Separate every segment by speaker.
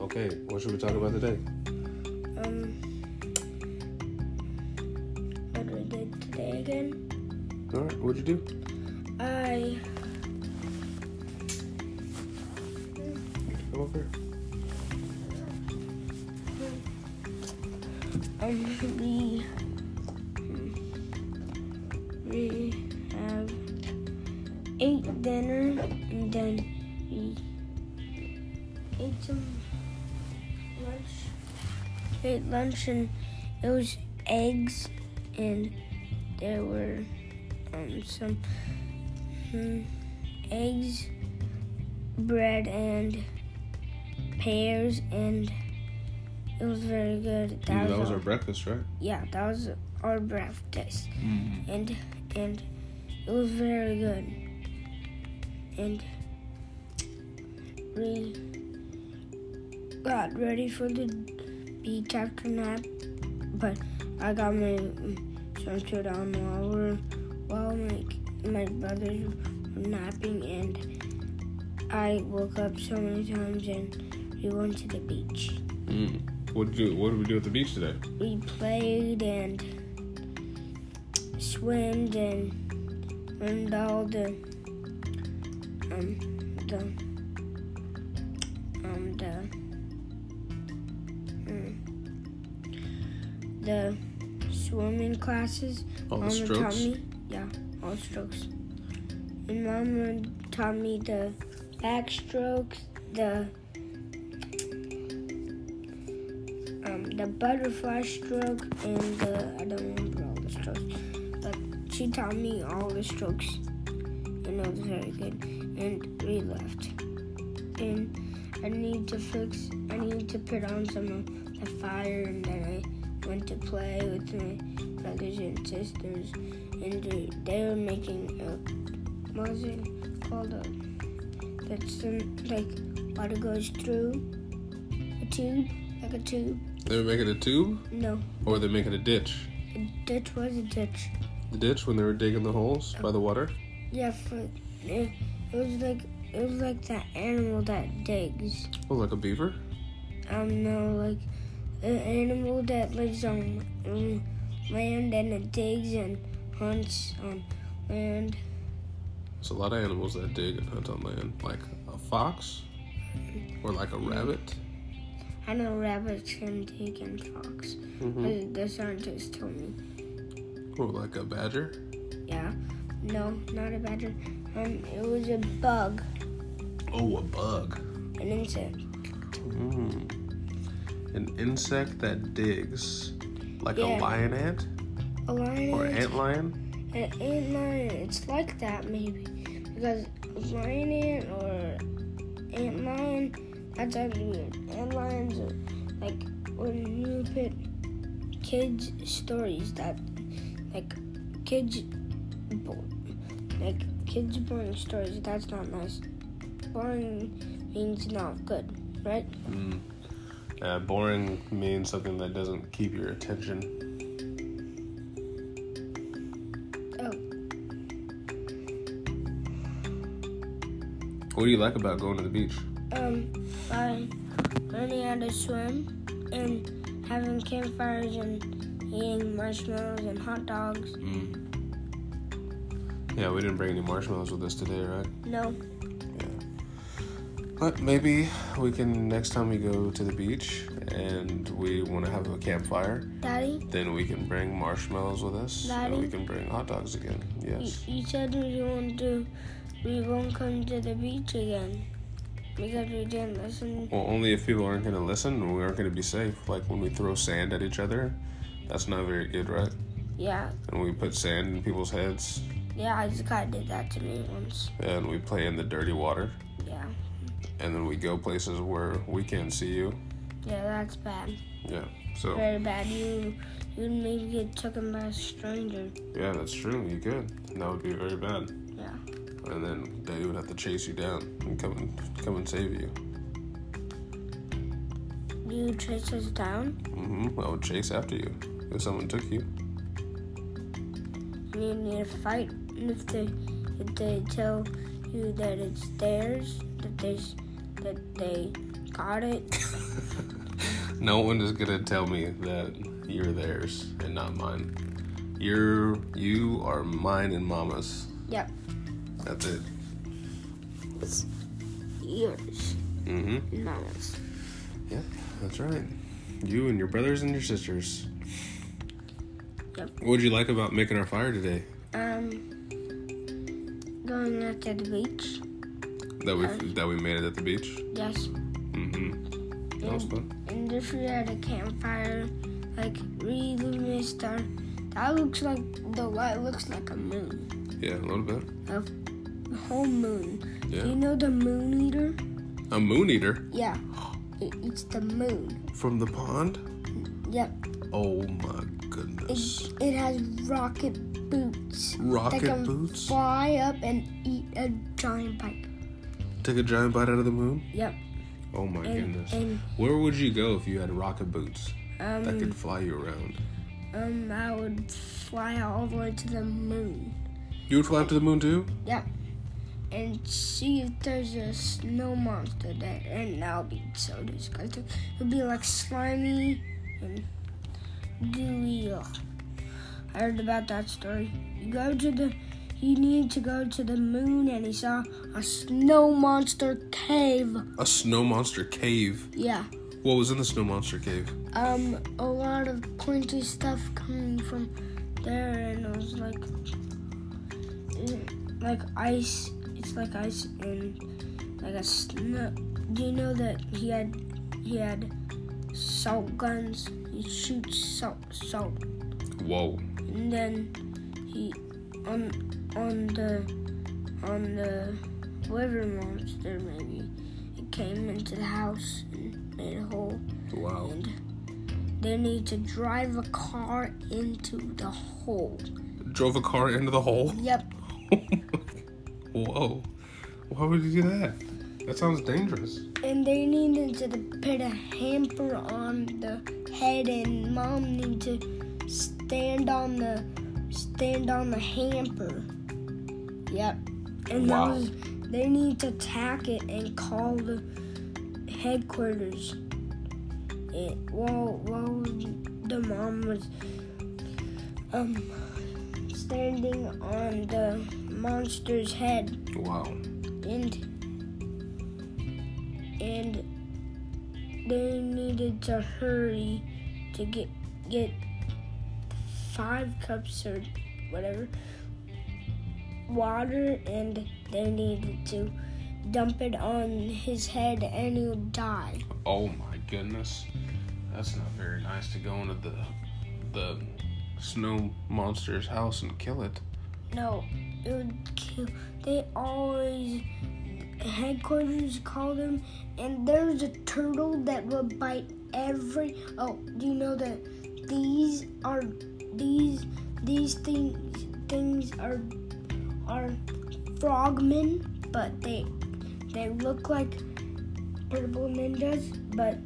Speaker 1: Okay, what should we talk about today?
Speaker 2: Um, what we did today again?
Speaker 1: All right, what'd you do?
Speaker 2: I
Speaker 1: Come over here.
Speaker 2: um we we have ate dinner and then we ate some lunch. We ate lunch and it was eggs and there were um some mm, eggs, bread and pears and it was very good.
Speaker 1: Yeah, that
Speaker 2: was
Speaker 1: was
Speaker 2: all-
Speaker 1: our breakfast, right?
Speaker 2: yeah, that was our breakfast, and and it was very good. And we got ready for the beach after nap, but I got my swimsuit on while we're while my my brothers were napping, and I woke up so many times, and we went to the beach
Speaker 1: Mm. What did you do? What did we do at the beach today?
Speaker 2: we played and swam and learned all the um the um the mm, the swimming classes.
Speaker 1: All the
Speaker 2: Mama taught
Speaker 1: strokes.
Speaker 2: me, yeah, all the strokes. And Mama taught me the back strokes, the um, the butterfly stroke, and the I don't remember all the strokes, but she taught me all the strokes, and it was very good. And we left. And I need to fix. I need to put on some of the fire, and then I went to play with my brothers and sisters, and they- they were making a what is it called? A, that's some, like water goes through a tube, like a tube.
Speaker 1: They were making a tube,
Speaker 2: No,
Speaker 1: or were they making a ditch?
Speaker 2: a ditch was a ditch.
Speaker 1: The ditch when they were digging the holes by the water.
Speaker 2: Yeah, for it, it was like it was like that animal that digs.
Speaker 1: Oh, like a beaver.
Speaker 2: Um, no, like an animal that lives on um, land and it digs and hunts on land.
Speaker 1: There's a lot of animals that dig and hunt on land, like a fox, or like a rabbit.
Speaker 2: I know rabbits can dig and fox.
Speaker 1: Mhm.
Speaker 2: Uh, The scientist told me.
Speaker 1: Or like a badger.
Speaker 2: Yeah. No, not a badger. Um, it was a bug,
Speaker 1: Oh, a bug.
Speaker 2: an insect.
Speaker 1: Mm. An insect that digs, like a
Speaker 2: Yeah.
Speaker 1: lion ant
Speaker 2: A lion.
Speaker 1: or ant lion.
Speaker 2: An ant lion. It's like that maybe because lion ant or ant lion. That sounds weird. Ant lions are like when you put kids stories that like kids bo- like kids boring stories. That's not nice. Boring means not good, right?
Speaker 1: Mm. Uh, boring means something that doesn't keep your attention.
Speaker 2: Oh.
Speaker 1: What do you like about going to the beach?
Speaker 2: um, by learning how to swim and having campfires and eating marshmallows and hot dogs.
Speaker 1: Mm. Yeah, we didn't bring any marshmallows with us today, right?
Speaker 2: No,
Speaker 1: But Uh, maybe we can next time we go to the beach and we want to have a campfire,
Speaker 2: Daddy,
Speaker 1: then we can bring marshmallows with us and
Speaker 2: Daddy?
Speaker 1: we can bring hot dogs again.
Speaker 2: you,
Speaker 1: Yes.
Speaker 2: you said we won't do, we won't come to the beach again because we didn't listen.
Speaker 1: Well, only if people aren't going to listen and we aren't going to be safe. Like when we throw sand at each other, that's not very good, right?
Speaker 2: Yeah,
Speaker 1: And we put sand in people's heads
Speaker 2: yeah, I just kind of did that to me once.
Speaker 1: and we play in the dirty water
Speaker 2: Yeah,
Speaker 1: and then we go places where we can't see you.
Speaker 2: yeah, that's bad,
Speaker 1: Yeah. So,
Speaker 2: very bad. You, you'd maybe get taken by a stranger.
Speaker 1: yeah, that's true. You could. And that would be very bad.
Speaker 2: Yeah,
Speaker 1: And then Daddy would have to chase you down and come and come and save you.
Speaker 2: you chase us down.
Speaker 1: hmm I would chase after you if someone took you.
Speaker 2: you need to fight and if they if they tell you that it's theirs that they s- that they got it.
Speaker 1: No one is gonna tell me that you're theirs and not mine. You're you are mine and mama's.
Speaker 2: Yep.
Speaker 1: That's it.
Speaker 2: It's yours,
Speaker 1: Mm-hmm.
Speaker 2: not ours.
Speaker 1: Yeah, that's right. You and your brothers and your sisters.
Speaker 2: Yep.
Speaker 1: What would you like about making our fire today?
Speaker 2: Um, going out to the beach.
Speaker 1: That we that we made it at the beach.
Speaker 2: Yes.
Speaker 1: Mm-hmm. That was
Speaker 2: And,
Speaker 1: fun.
Speaker 2: and if we had a campfire, like really missed our. That looks like the light looks like a moon,
Speaker 1: Yeah, a little bit.
Speaker 2: a whole moon. Do you
Speaker 1: Yeah.
Speaker 2: know the moon eater?
Speaker 1: A moon eater
Speaker 2: Yeah, it eats the moon.
Speaker 1: from the pond.
Speaker 2: Yep.
Speaker 1: Oh my
Speaker 2: It,
Speaker 1: goodness.
Speaker 2: it has rocket boots that
Speaker 1: Rocket
Speaker 2: can
Speaker 1: boots.
Speaker 2: fly up and eat a giant pipe.
Speaker 1: Take a giant bite out of the moon.
Speaker 2: Yep.
Speaker 1: Oh my
Speaker 2: And,
Speaker 1: goodness.
Speaker 2: and
Speaker 1: Where would you go if you had rocket boots that
Speaker 2: um,
Speaker 1: could fly you around?
Speaker 2: um, I would fly all the way to the moon.
Speaker 1: You would fly up to the moon too?
Speaker 2: Yep. And see if there's a snow monster there, and that'll be so disgusting. It'll be like slimy and gooey. Ugh. I heard about that story. You go to the, you need to go to the moon, and he saw a snow monster cave.
Speaker 1: A snow monster cave.
Speaker 2: Yeah.
Speaker 1: What was in the snow monster cave?
Speaker 2: Um, a lot of pointy stuff coming from there, and it was like, mm, like ice. It's like ice and like a snow. Do you know that he had he had salt guns? He shoots salt, salt,
Speaker 1: Whoa.
Speaker 2: and then he on on the on the river monster maybe. It came into the house and made a hole
Speaker 1: Wow.
Speaker 2: and they need to drive a car into the hole.
Speaker 1: Drove a car into the hole?
Speaker 2: Yep,
Speaker 1: Whoa. Why would you do that? That sounds dangerous.
Speaker 2: and they needed to put a hamper on the head, and mom need to stand on the stand on the hamper. Yep, and
Speaker 1: Wow.
Speaker 2: those, they need to tack it and call the headquarters. It, while while the mom was um standing on the monster's head.
Speaker 1: Wow.
Speaker 2: and and they needed to hurry to get get five cups or whatever water and they needed to dump it on his head and he'll die.
Speaker 1: Oh my goodness. That's not very nice to go into the the snow monster's house and kill it.
Speaker 2: No, it would kill they always headquarters call them and there's a turtle that will bite every oh do you know that these are these these things things are are frogmen but they they look like purple ninjas but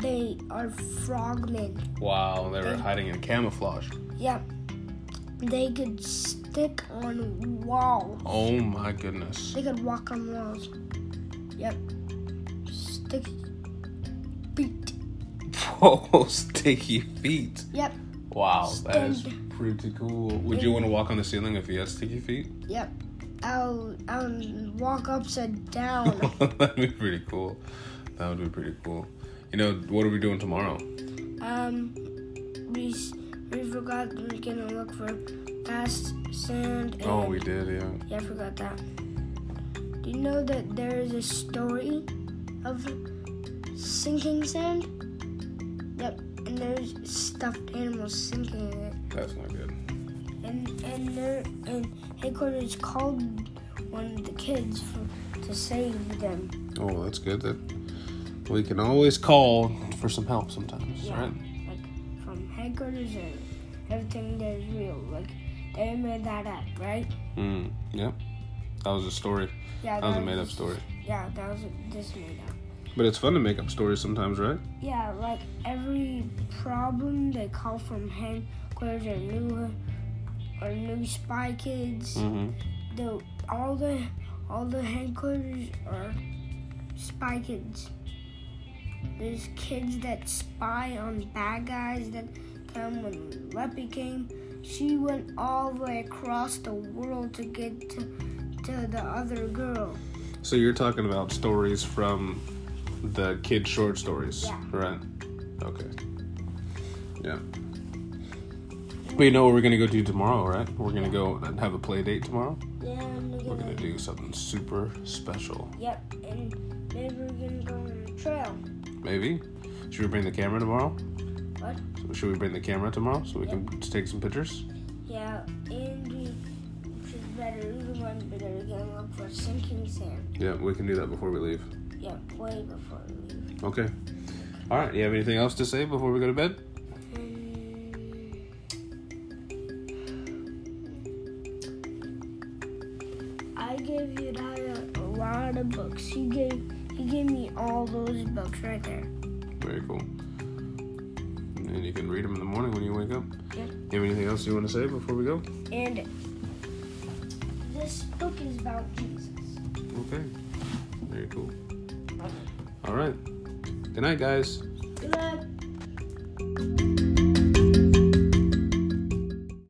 Speaker 2: they are frogmen
Speaker 1: Wow, they were hiding in camouflage.
Speaker 2: yeah they could stick on walls
Speaker 1: Oh my goodness.
Speaker 2: They could walk on walls. Yep. Stick feet.
Speaker 1: Whoa, sticky feet.
Speaker 2: Yep.
Speaker 1: Wow, that is
Speaker 2: Stand.
Speaker 1: pretty cool. Would you want to walk on the ceiling if you had sticky feet?
Speaker 2: Yep. I'll I'll walk upside down.
Speaker 1: That'd be pretty cool. That would be pretty cool. You know, what are we doing tomorrow?
Speaker 2: um, we s- we forgot we are gonna look for fast sand. And,
Speaker 1: Oh, we did, yeah.
Speaker 2: yeah, I forgot that. Do you know that there is a story of sinking sand? Yep. And there's stuffed animals sinking in it.
Speaker 1: That's not good.
Speaker 2: and and their and headquarters called one of the kids for, to save them.
Speaker 1: Oh, that's good. That we can always call for some help sometimes,
Speaker 2: Yeah.
Speaker 1: right?
Speaker 2: Like from headquarters and everything that is real. Like they made that up, right?
Speaker 1: Mm, yep. That was a story.
Speaker 2: Yeah.
Speaker 1: That was a made up story.
Speaker 2: Yeah, that was just made up.
Speaker 1: But it's fun to make up stories sometimes, right?
Speaker 2: Yeah, like every problem they call from headquarters or new or new spy kids.
Speaker 1: Mm-hmm.
Speaker 2: The all the all the headquarters are spy kids. There's kids that spy on bad guys that time when Leppy came. She went all the way across the world to get to, to the other girl.
Speaker 1: So you're talking about stories from the kid short stories,
Speaker 2: Yeah.
Speaker 1: right? Okay. Yeah. We know what we're gonna go do tomorrow, right? We're gonna go and have a play date tomorrow.
Speaker 2: Yeah,
Speaker 1: We're gonna do something super special.
Speaker 2: Yep, and maybe we're gonna go on a trail.
Speaker 1: Maybe. Should we bring the camera tomorrow?
Speaker 2: What?
Speaker 1: So should we bring the camera tomorrow so we can take some pictures?
Speaker 2: Yeah, and we should better even one better game up for sinking sand.
Speaker 1: Yeah, we can do that before we leave.
Speaker 2: Yep, way before we leave.
Speaker 1: Okay. All right. You have anything else to say before we go to bed?
Speaker 2: Eh, Um, I gave you uh, a lot of books. He gave he gave me all those books right there.
Speaker 1: Very cool. And you can read them in the morning when you wake up.
Speaker 2: Yeah.
Speaker 1: You have anything else you want to say before we go?
Speaker 2: And this book is about Jesus.
Speaker 1: Okay. Very cool. All right. Good night, guys.